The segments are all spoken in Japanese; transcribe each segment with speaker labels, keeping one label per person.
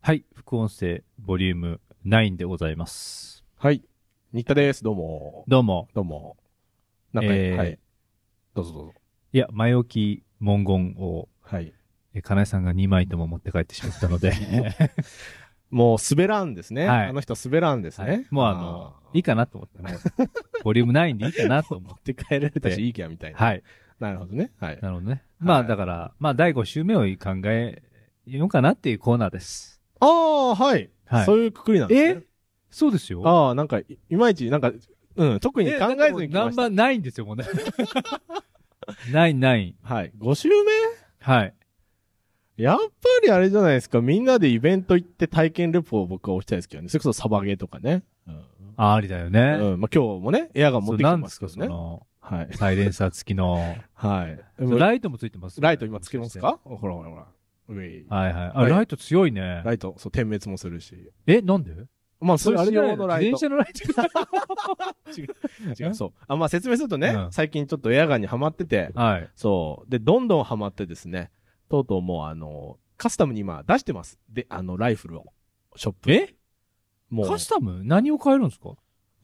Speaker 1: はい、副音声ボリューム9でございます。
Speaker 2: はい。新田です。どうも。
Speaker 1: どうも。
Speaker 2: どうも。なんか、
Speaker 1: えー
Speaker 2: はい。どうぞどうぞ。
Speaker 1: いや、前置き文言を、
Speaker 2: はい。
Speaker 1: え金井さんが2枚とも持って帰ってしまったの で、
Speaker 2: もう滑らんですね。
Speaker 1: はい
Speaker 2: あの人滑らんですね。
Speaker 1: はいもうあの、い
Speaker 2: い
Speaker 1: いかなと思って、もうボリューム9でいいかなと思っ
Speaker 2: って帰れるたしいいきゃみたい
Speaker 1: て。
Speaker 2: な。
Speaker 1: はい。
Speaker 2: なるほどね。はい。
Speaker 1: なるほどね。まあ、だから、まあ、第5週目を考えようかなっていうコーナーです。
Speaker 2: ああ、はい。
Speaker 1: はい
Speaker 2: そういうくくりなんですね。
Speaker 1: そうですよ。
Speaker 2: ああ、なんか、いいまいち、なんか、うん、特に考えずに来
Speaker 1: ナ
Speaker 2: ま
Speaker 1: ン
Speaker 2: し
Speaker 1: バ
Speaker 2: た。
Speaker 1: ーないんですよ、もうね。 ないない。
Speaker 2: はい。5週目
Speaker 1: はい。
Speaker 2: やっぱりあれじゃないですか。みんなでイベント行って体験レポを僕は押したいですけどね。それこそサバゲーとかね。うん。
Speaker 1: ありだよね。
Speaker 2: うん、まあ、今日もね、エアガン持
Speaker 1: そ
Speaker 2: っ
Speaker 1: う、
Speaker 2: てきて
Speaker 1: なん
Speaker 2: ま
Speaker 1: ですすか、
Speaker 2: けど
Speaker 1: そ
Speaker 2: ね。
Speaker 1: の、
Speaker 2: はい。
Speaker 1: サイレンサー付きの。
Speaker 2: はい。
Speaker 1: ライトもついてます、
Speaker 2: ライト今つけますかほらほらほら。うえい
Speaker 1: はいはい。あ、
Speaker 2: はい
Speaker 1: ライト強いね。
Speaker 2: ライト、そう、点滅もするし。
Speaker 1: え、なんで
Speaker 2: まあ、それあれ用のライト。
Speaker 1: 自転車のライトが。
Speaker 2: 違う、そう。あ、まあ、説明するとね、
Speaker 1: うん
Speaker 2: 最近ちょっとエアガンにハマって て、
Speaker 1: はい。
Speaker 2: そう。で、どんどんハマってですね、とうとうもう、あの、カスタムに今出してます。で、あの、ライフルを。ショップ。
Speaker 1: え
Speaker 2: もう
Speaker 1: カ、スタム何を変えるんですか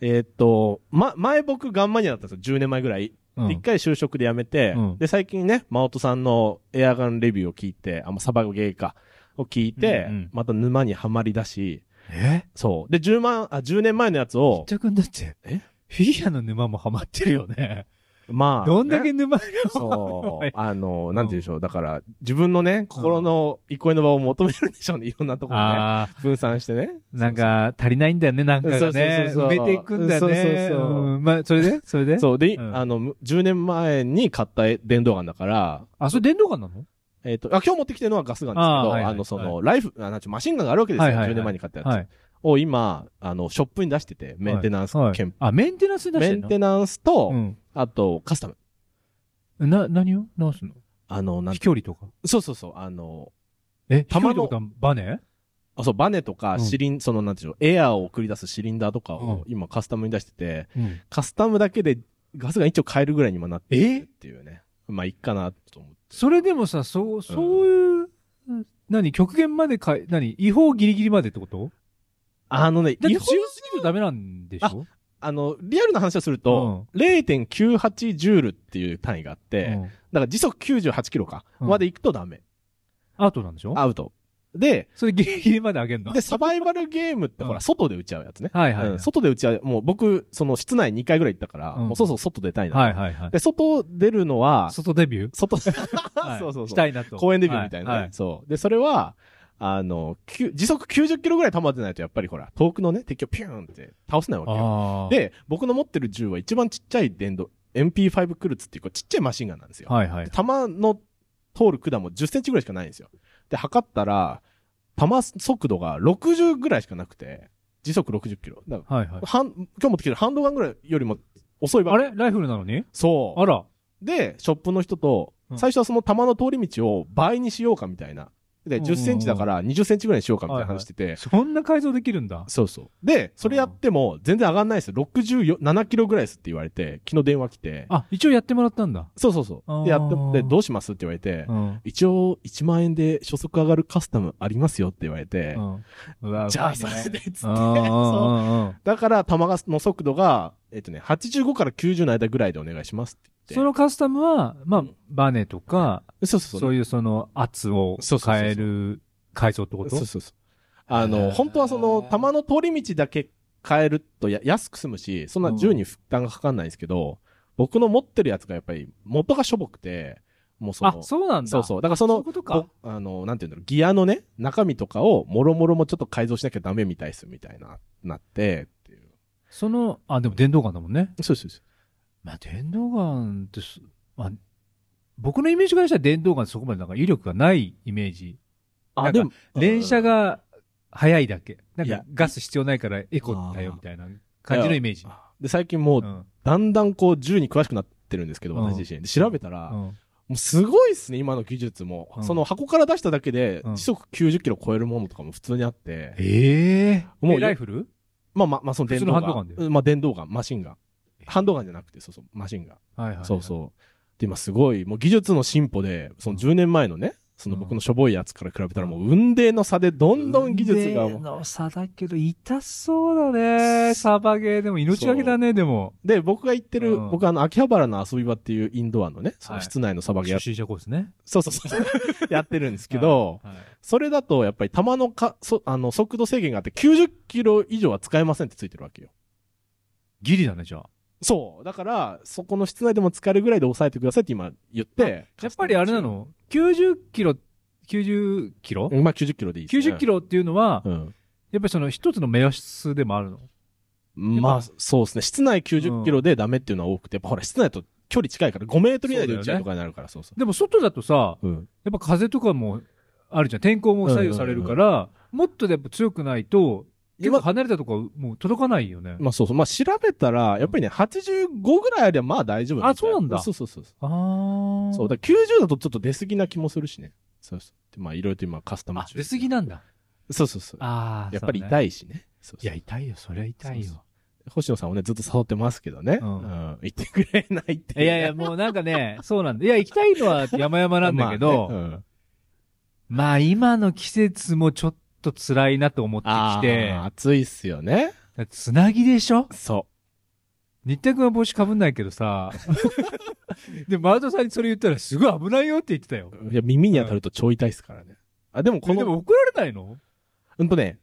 Speaker 2: えーっと、ま、前僕ガンマニアだったんですよ。10年前ぐらい。
Speaker 1: う
Speaker 2: で一、
Speaker 1: ん。
Speaker 2: 回就職で辞めて、
Speaker 1: うん
Speaker 2: で、最近ね、マオトさんのエアガンレビューを聞いて、あ、もうサバゲーか、を聞いて、
Speaker 1: うんうん
Speaker 2: また沼にはまりだし、
Speaker 1: え
Speaker 2: そう。で、10万、あ、10年前のやつ
Speaker 1: ひっ
Speaker 2: を、
Speaker 1: ちゃくんだって。
Speaker 2: え
Speaker 1: フィギュアの沼もハマってるよね。
Speaker 2: まあ、
Speaker 1: どんだ
Speaker 2: ね
Speaker 1: け沼が。
Speaker 2: そ、
Speaker 1: はいう
Speaker 2: あの、なんて言うんでしょう。だから、自分のね、心の憩いの場を求めるんでしょうね。 いろんなところね。
Speaker 1: ああ、
Speaker 2: 分散してね。
Speaker 1: なんか、足りないんだよね、なんかが
Speaker 2: そうそう
Speaker 1: ね。
Speaker 2: そうそう
Speaker 1: 埋めていくんだよね。
Speaker 2: そうそうそうん
Speaker 1: まあ、それでそれで
Speaker 2: そう。で、
Speaker 1: うん
Speaker 2: あの、む10年前に買った電動ガンだから、
Speaker 1: あ、それ電動ガンなの
Speaker 2: えっ、と、あ、今日持ってきてるのはガスガンですけど、
Speaker 1: あ
Speaker 2: あ,、
Speaker 1: ーはいはい
Speaker 2: の、その、ライフ、あなんちゅうマシンガンがあるわけですよ。
Speaker 1: はいはいはい
Speaker 2: 10年前に買ったやつ。
Speaker 1: はい。
Speaker 2: を今、あの、ショップに出してて、メンテナンス
Speaker 1: はい
Speaker 2: 兼、
Speaker 1: あ、メンテナンスに出して
Speaker 2: メ
Speaker 1: ん
Speaker 2: ン
Speaker 1: の
Speaker 2: テナンスと、
Speaker 1: ン
Speaker 2: あと、カスタム。
Speaker 1: うん。な、何を直すの
Speaker 2: あの、なん
Speaker 1: 飛距離とか。
Speaker 2: そうそうそう、あの、
Speaker 1: え、飛距
Speaker 2: 弾
Speaker 1: 離と
Speaker 2: の
Speaker 1: かバネ
Speaker 2: あ、そう、バネとか、
Speaker 1: うん
Speaker 2: シリン、その、なんていうの、エアーを送り出すシリンダーとかを
Speaker 1: うん、
Speaker 2: 今カスタムに出してて、
Speaker 1: うん。
Speaker 2: カスタムだけで、ガスが一応買えるぐらいに今なってるっていうね。まあ、いっかな、と思って。
Speaker 1: それでもさ、そう、そういう、何、極限までかい、何、違法ギリギリまでってこと
Speaker 2: あのね、
Speaker 1: だっ
Speaker 2: 違
Speaker 1: て
Speaker 2: 法
Speaker 1: 強すぎるとダメなんでしょ
Speaker 2: あの、リアルな話をすると、0.98ジュールっていう単位があって、
Speaker 1: う
Speaker 2: だ
Speaker 1: ん
Speaker 2: から時速98キロか、
Speaker 1: うん
Speaker 2: まで行くとダメ。
Speaker 1: アウトなんでしょ
Speaker 2: アウト。で、
Speaker 1: それギリギリまで上げんの
Speaker 2: で、サバイバルゲームってほ
Speaker 1: う
Speaker 2: ら、
Speaker 1: ん
Speaker 2: 外で打ち合うやつね。
Speaker 1: はいはいは
Speaker 2: うん
Speaker 1: い。
Speaker 2: 外で打ち合う。もう僕、その室内2回ぐらい行ったから、
Speaker 1: うん
Speaker 2: もうそろそろ外出たいな。
Speaker 1: はいはいはい。
Speaker 2: で、外出るのは、
Speaker 1: 外デビュー
Speaker 2: 外、 そう
Speaker 1: はい
Speaker 2: そうそう
Speaker 1: したいなと。
Speaker 2: 公園デビューみたいなね、
Speaker 1: はは
Speaker 2: そう。で、それは、あの、きゅ時速90キロぐらい溜まってないと、やっぱりほら、遠くのね、敵をピューンって倒せないわけよ。
Speaker 1: ああ。、
Speaker 2: で、僕の持ってる銃は一番ちっちゃい電動、MP5 クルツっていうこうちっちゃいマシンガンなんですよ。
Speaker 1: はいはい。
Speaker 2: 弾の通る管も10センチぐらいしかないんですよ。で、測ったら、弾速度が60ぐらいしかなくて、時速60キロ。だか
Speaker 1: はいはい
Speaker 2: ら、。はん、今日持ってきてるハンドガンぐらいよりも遅いわ
Speaker 1: あ
Speaker 2: け。
Speaker 1: れライフルなのに
Speaker 2: そう
Speaker 1: あ。ら。
Speaker 2: で、ショップの人と
Speaker 1: う、ん
Speaker 2: 最初はその弾の通り道を倍にしようかみたいな。で、
Speaker 1: うんうんうん
Speaker 2: 10センチだから20センチぐらいにしようかみたいな話してて。
Speaker 1: そんな改造できるんだ。
Speaker 2: そうそう。で、それやっても全然上がんないです。67キロぐらいですって言われて、昨日電話来て。
Speaker 1: あ、一応やってもらったんだ。
Speaker 2: そうそうそう。で、やって
Speaker 1: あー、
Speaker 2: で、どうしますって言われて
Speaker 1: う、ん。
Speaker 2: 一応1万円で初速上がるカスタムありますよって言われて、
Speaker 1: うん。
Speaker 2: じゃあ
Speaker 1: そ
Speaker 2: それでっつって。
Speaker 1: うんうんう
Speaker 2: そう
Speaker 1: んうん。
Speaker 2: だから、弾がの速度が、えっとね、85から90の間ぐらいでお願いしますって
Speaker 1: そ
Speaker 2: 言って。
Speaker 1: のカスタムは、まあ、バネとか、
Speaker 2: そうそうそう
Speaker 1: そういうその圧を
Speaker 2: そうそうそうそう
Speaker 1: 変える改造ってこと
Speaker 2: そうそうそう。あ
Speaker 1: へー
Speaker 2: の、本当はその、弾の通り道だけ変えるとや安く済むし、そんな銃に負担がかかんないんですけど、僕の持ってるやつがやっぱり元がしょぼくて、もうその、
Speaker 1: あ、そうなんだ。
Speaker 2: そう
Speaker 1: う。
Speaker 2: そうだからそ
Speaker 1: そうい
Speaker 2: の
Speaker 1: う、ことか。
Speaker 2: こあの、なんていうんだろう、ギアのね、中身とかを、もろもろもちょっと改造しなきゃダメみたいです、みたいな、なって、っていう。
Speaker 1: その、あ、でも電動ガンだもんね。
Speaker 2: そうそうそう。
Speaker 1: まあ、電動ガンってす、まあ、僕のイメージからしたら電動ガンってそこまでなんか威力がないイメージ。なんか、連射、が速いだけ。なん
Speaker 2: い
Speaker 1: か
Speaker 2: や
Speaker 1: ガス必要ないからエコだよみたいな感じのイメージ。
Speaker 2: で、最近も
Speaker 1: う
Speaker 2: う、
Speaker 1: ん
Speaker 2: だんだんこう、銃に詳しくなってるんですけど、
Speaker 1: うん
Speaker 2: 私自身。で調べたら、
Speaker 1: うん
Speaker 2: もうすごいっすね、今の技術も。
Speaker 1: うん
Speaker 2: その箱から出しただけで、
Speaker 1: うん
Speaker 2: 時速90キロ超えるものとかも普通にあって、
Speaker 1: ええ
Speaker 2: もう
Speaker 1: えライフル
Speaker 2: まあまあ、まあ、その電
Speaker 1: 普通
Speaker 2: 動
Speaker 1: のハン
Speaker 2: ガ
Speaker 1: ドガン
Speaker 2: ン。
Speaker 1: だ
Speaker 2: うんまあ、電動ガン、マシンガン。ハンドガンじゃなくて、そうそう、マシンガン。
Speaker 1: はいはいはい。
Speaker 2: そうそう。で、今すごい、もう技術の進歩で、その10年前のね、その僕のしょぼいやつから比べたらもう運命の差でどんどん技術がもう
Speaker 1: 運命の差だけど、痛そうだね。サバゲーでも命がけだね、でも。
Speaker 2: で、僕が行ってる、
Speaker 1: うん
Speaker 2: 僕あの、秋葉原の遊び場っていうインドアのね、その室内のサバゲーや、
Speaker 1: 初心者コースね。
Speaker 2: そうそう そう、やってるんですけど、
Speaker 1: はい、
Speaker 2: それだとやっぱり弾のか、そ、あの、速度制限があって90キロ以上は使えませんってついてるわけよ。
Speaker 1: ギリだね、じゃあ。
Speaker 2: そう。だから、そこの室内でも使えるぐらいで抑えてくださいって今言って。
Speaker 1: やっぱりあれなの ?90 キロ、90キロ、
Speaker 2: うんまあ90キロでいいですね。
Speaker 1: 90キロっていうのは、
Speaker 2: ロ
Speaker 1: やっぱりその一つの目安でもあるの。
Speaker 2: うん。まあ、そうですね。室内90キロでダメっていうのは多くて、やっぱほら、室内だと距離近いから5メートル以内で打ち合いとかになるから、そうそう。
Speaker 1: でも外だとさ、
Speaker 2: うん。
Speaker 1: やっぱ風とかもあるじゃん。天候も左右されるから、もっとやっぱ強くないと、結構離れたとこはもう届かないよね。
Speaker 2: まあそうそう。まあ調べたら、やっぱりね、85ぐらいあればまあ大丈夫
Speaker 1: あそうなんだ
Speaker 2: そうそうそうそ
Speaker 1: あ
Speaker 2: う。
Speaker 1: ー
Speaker 2: そう、だから90だとちょっと出過ぎな気もするしね。そうそう。でまあいろいろと今カスタム
Speaker 1: あ、
Speaker 2: 中
Speaker 1: 出過ぎなんだ。
Speaker 2: そうそうそう。
Speaker 1: ああ、
Speaker 2: やっぱり
Speaker 1: い。
Speaker 2: 痛いしね。そ
Speaker 1: い
Speaker 2: うそう
Speaker 1: や、痛いよ。そりゃ痛い
Speaker 2: そう
Speaker 1: よ。
Speaker 2: 星野さんをね、ずっと誘ってますけどね。う
Speaker 1: うんん。
Speaker 2: 言ってくれないって。
Speaker 1: いやいや、もうなんかね、そうなんだ。いや、行きたいのは山々なんだけど、
Speaker 2: まあねうん
Speaker 1: まあ今の季節もちょっと辛いなと思ってきて
Speaker 2: あー、暑いっすよね。
Speaker 1: つなぎでしょ
Speaker 2: そ
Speaker 1: 日田君は帽子かぶんないけどさ。 で、マルトさんにそれ言ったらすごい危ないよって言ってたよ。
Speaker 2: う。いや、耳に当たると超痛いっすからね。あ、でもこ
Speaker 1: このでも
Speaker 2: の、
Speaker 1: 怒られないの
Speaker 2: うんとね、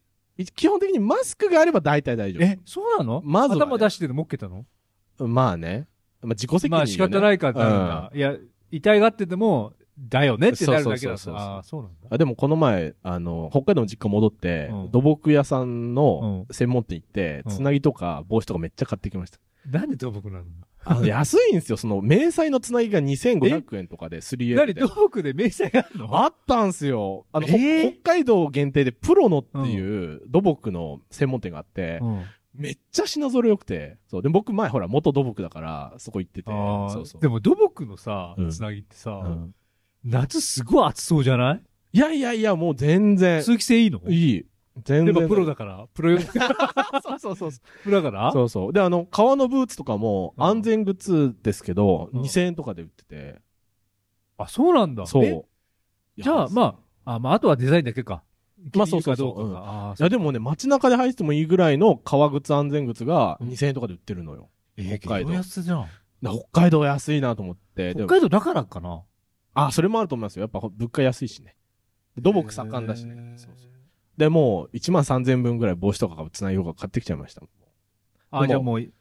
Speaker 2: 基本的にマスクがあれば大体大丈
Speaker 1: え、そうなの
Speaker 2: まずはね
Speaker 1: 頭出してでもっけたの
Speaker 2: 夫。まあね。まあ自己責任、ね。
Speaker 1: まあ仕方ないかってなるんだ。いや、痛いがってても、だよねってなるだけださ
Speaker 2: そうそうそうそう。
Speaker 1: ああー、そうなんだ。
Speaker 2: あでもこの前、あの、北海道の実家戻って、
Speaker 1: うん
Speaker 2: 土木屋さんの
Speaker 1: う
Speaker 2: 専門店行って、
Speaker 1: うん
Speaker 2: つなぎとか帽子とかめっちゃ買ってきました。
Speaker 1: なんで土木なの
Speaker 2: あの、安いんですよ。その、迷彩のつなぎが2500円とかで 3L で。
Speaker 1: 何土木で迷彩があるの
Speaker 2: あったんすよ。あの、ほ
Speaker 1: えー
Speaker 2: 北海道限定でプロのっていう土木の専門店があって、
Speaker 1: うん
Speaker 2: めっちゃ品揃え良くて、そう。で、僕前ほら元土木だから、そこ行ってて、
Speaker 1: ああ
Speaker 2: そうそう。
Speaker 1: でも土木のさ
Speaker 2: うん、
Speaker 1: つなぎってさ、
Speaker 2: うん
Speaker 1: 夏すごい暑そうじゃない
Speaker 2: いやいやいや、もう全然、
Speaker 1: 通気性いいの
Speaker 2: いい。全然。
Speaker 1: でもプロだから、プロ用、
Speaker 2: そうそうそうそう。
Speaker 1: プロだから
Speaker 2: そうそう。で、あの、革のブーツとかも
Speaker 1: うん
Speaker 2: 安全グッズですけど、
Speaker 1: うん
Speaker 2: 2000円とかで売ってて。
Speaker 1: あ、そうなんだ。
Speaker 2: そう。い
Speaker 1: え
Speaker 2: や
Speaker 1: じゃあ、まあ、あ、まあ、あとはデザインだけか。
Speaker 2: まあそうそうそう
Speaker 1: 気に入るかどうかがあー
Speaker 2: いや、でもね、街中で履いててもいいぐらいの革靴安全靴が
Speaker 1: うん
Speaker 2: 2000円とかで売ってるのよ。
Speaker 1: え
Speaker 2: 北海道
Speaker 1: 激安じゃん。
Speaker 2: だから北海道安いなと思って。で
Speaker 1: 北
Speaker 2: も
Speaker 1: 海道だからかな。
Speaker 2: あ、それもあると思いますよ。やっぱ物価安いしね。土木盛んだし
Speaker 1: へ
Speaker 2: ね
Speaker 1: ー。
Speaker 2: そうそうで、もう1万3000分ぐらい帽子とかつないようが買ってきちゃいましたもん。でも
Speaker 1: あ、じゃあもう、準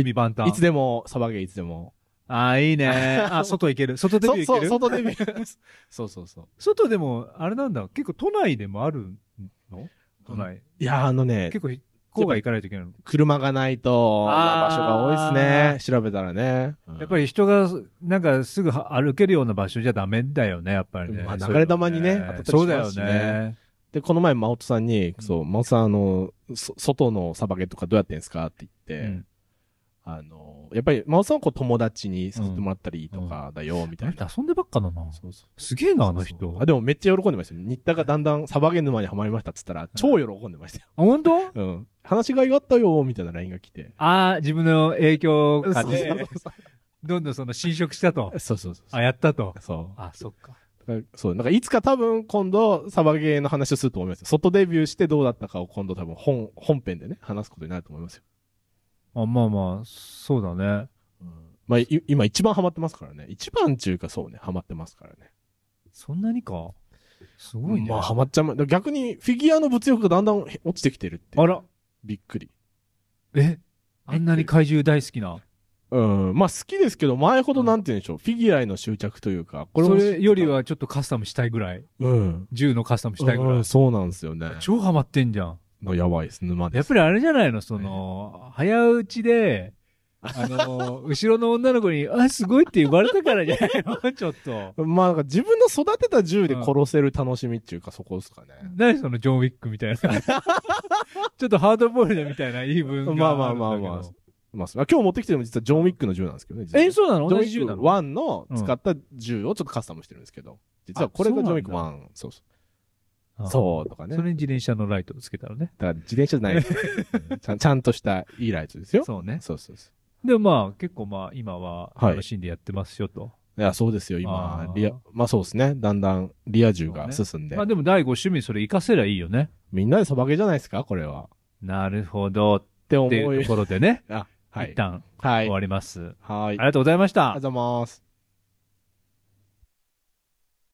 Speaker 1: 備万端。
Speaker 2: いつでも、サバゲーいつでも。
Speaker 1: あー、いいね。 あ、外行ける。外デビュー行
Speaker 2: そ
Speaker 1: け
Speaker 2: う
Speaker 1: る
Speaker 2: 外デビュ ー。そうそうそう。
Speaker 1: 外でも、あれなんだ、結構都内でもあるの都内。
Speaker 2: いや、あのね、
Speaker 1: 結構、郊外行かないといけないの。
Speaker 2: 車がないと、まあ
Speaker 1: あー
Speaker 2: 場所が多いですね。調べたらね。
Speaker 1: やっぱ
Speaker 2: り、
Speaker 1: り人が、なんかすぐは歩けるような場所じゃダメだよね、やっぱりね。
Speaker 2: まあ流れ弾にね
Speaker 1: そ
Speaker 2: 当
Speaker 1: うだ
Speaker 2: たったりしま
Speaker 1: よ
Speaker 2: すしね
Speaker 1: ね。
Speaker 2: で、この前、真音さんに、
Speaker 1: ん
Speaker 2: そう、真音さん、あの、そ外のサバゲとかどうやってんですかって言って、
Speaker 1: うん
Speaker 2: あの、やっぱり、真音さんはこう友達に誘ってもらったりとかだよ、みた
Speaker 1: あの
Speaker 2: いな。
Speaker 1: 人遊んでばっかだな。
Speaker 2: そうそう
Speaker 1: すげえな、あの人。
Speaker 2: あ、でもめっちゃ喜んでましたよ。新田がだんだんサバゲ沼にはまりましたっつったら、超喜んでましたよ。
Speaker 1: あ本当
Speaker 2: うん。話しがいがあったよ、みたいな LINE が来て。
Speaker 1: ああ、自分の影響を
Speaker 2: そう
Speaker 1: 感
Speaker 2: そう
Speaker 1: じ
Speaker 2: そう
Speaker 1: て、どんどんその侵食したと。
Speaker 2: そうそうそう。
Speaker 1: あ、やったと。
Speaker 2: そう。
Speaker 1: あ、そっか。
Speaker 2: そう、なんかいつか多分今度サバゲーの話をすると思いますよ。外デビューしてどうだったかを今度多分本、本編でね、話すことになると思いますよ。
Speaker 1: あ、まあまあ、そうだね。
Speaker 2: まあ、い今一番ハマってますからね。一番中かそうね、ハマってますからね。
Speaker 1: そんなにか。すごいね。
Speaker 2: まあハマっちゃう。だから逆にフィギュアの物欲がだんだん落ちてきてるって。
Speaker 1: あら。
Speaker 2: びっくり。
Speaker 1: えあんなに怪獣大好きな。
Speaker 2: うん。まあ好きですけど、前ほどなんて言うんでしょう。フィギュアへの執着というか、こ
Speaker 1: そ
Speaker 2: も
Speaker 1: れより、はちょっとカスタムしたいぐらい。
Speaker 2: うん。
Speaker 1: 銃のカスタムしたいぐら
Speaker 2: う
Speaker 1: い
Speaker 2: ん。そうなんですよね。
Speaker 1: 超ハマってんじゃん。
Speaker 2: もうやばいです、沼で
Speaker 1: やっ
Speaker 2: す。
Speaker 1: ぱりあれじゃないのその、早打ちで、あ の、後ろの女の子に、あ、すごいって言われたからじゃない のちょっと。
Speaker 2: まあなんか自分の育てた銃で殺せる楽しみっていうか、そこですかね。
Speaker 1: 何そのジョン・ウィックみ たいな。ちょっとハードボイルドみたいな言い分が
Speaker 2: まあまあまあまあ。まあ、それは今日持ってきてるのも実はジョン・ウィックの銃なんですけどね。実は
Speaker 1: え、そうなの
Speaker 2: ジョ
Speaker 1: 同
Speaker 2: ン・ウィ
Speaker 1: じ銃
Speaker 2: ック
Speaker 1: なの
Speaker 2: 1の使った銃をちょっとカスタムしてるんですけど。実はこれがジョン・ウィック1。そうそ
Speaker 1: あ
Speaker 2: う。そうとかね。
Speaker 1: そ
Speaker 2: だか
Speaker 1: れに自転車のライトつけたらね。
Speaker 2: ら自転車じゃ ないですよちゃん。ちゃんとしたいいライトですよ。
Speaker 1: そうね。
Speaker 2: そうそうそう。
Speaker 1: で、まあ、結構まあ、今は
Speaker 2: はい
Speaker 1: 楽しんでやってますよと。
Speaker 2: いや、そうですよ、今
Speaker 1: あ。ー
Speaker 2: リア、まあそうですね。だんだんリア充が進んで。
Speaker 1: まあでも第5趣味それ活かせりゃいいよね。
Speaker 2: みんなでさばけじゃないですか、これは。
Speaker 1: なるほど。
Speaker 2: って思
Speaker 1: っていう
Speaker 2: う
Speaker 1: と。ころでね、
Speaker 2: あ、は
Speaker 1: 一
Speaker 2: い。
Speaker 1: 旦
Speaker 2: は
Speaker 1: 終
Speaker 2: い。
Speaker 1: わります。
Speaker 2: はい。あり
Speaker 1: あり
Speaker 2: が
Speaker 1: がとうございました。
Speaker 2: とうございます。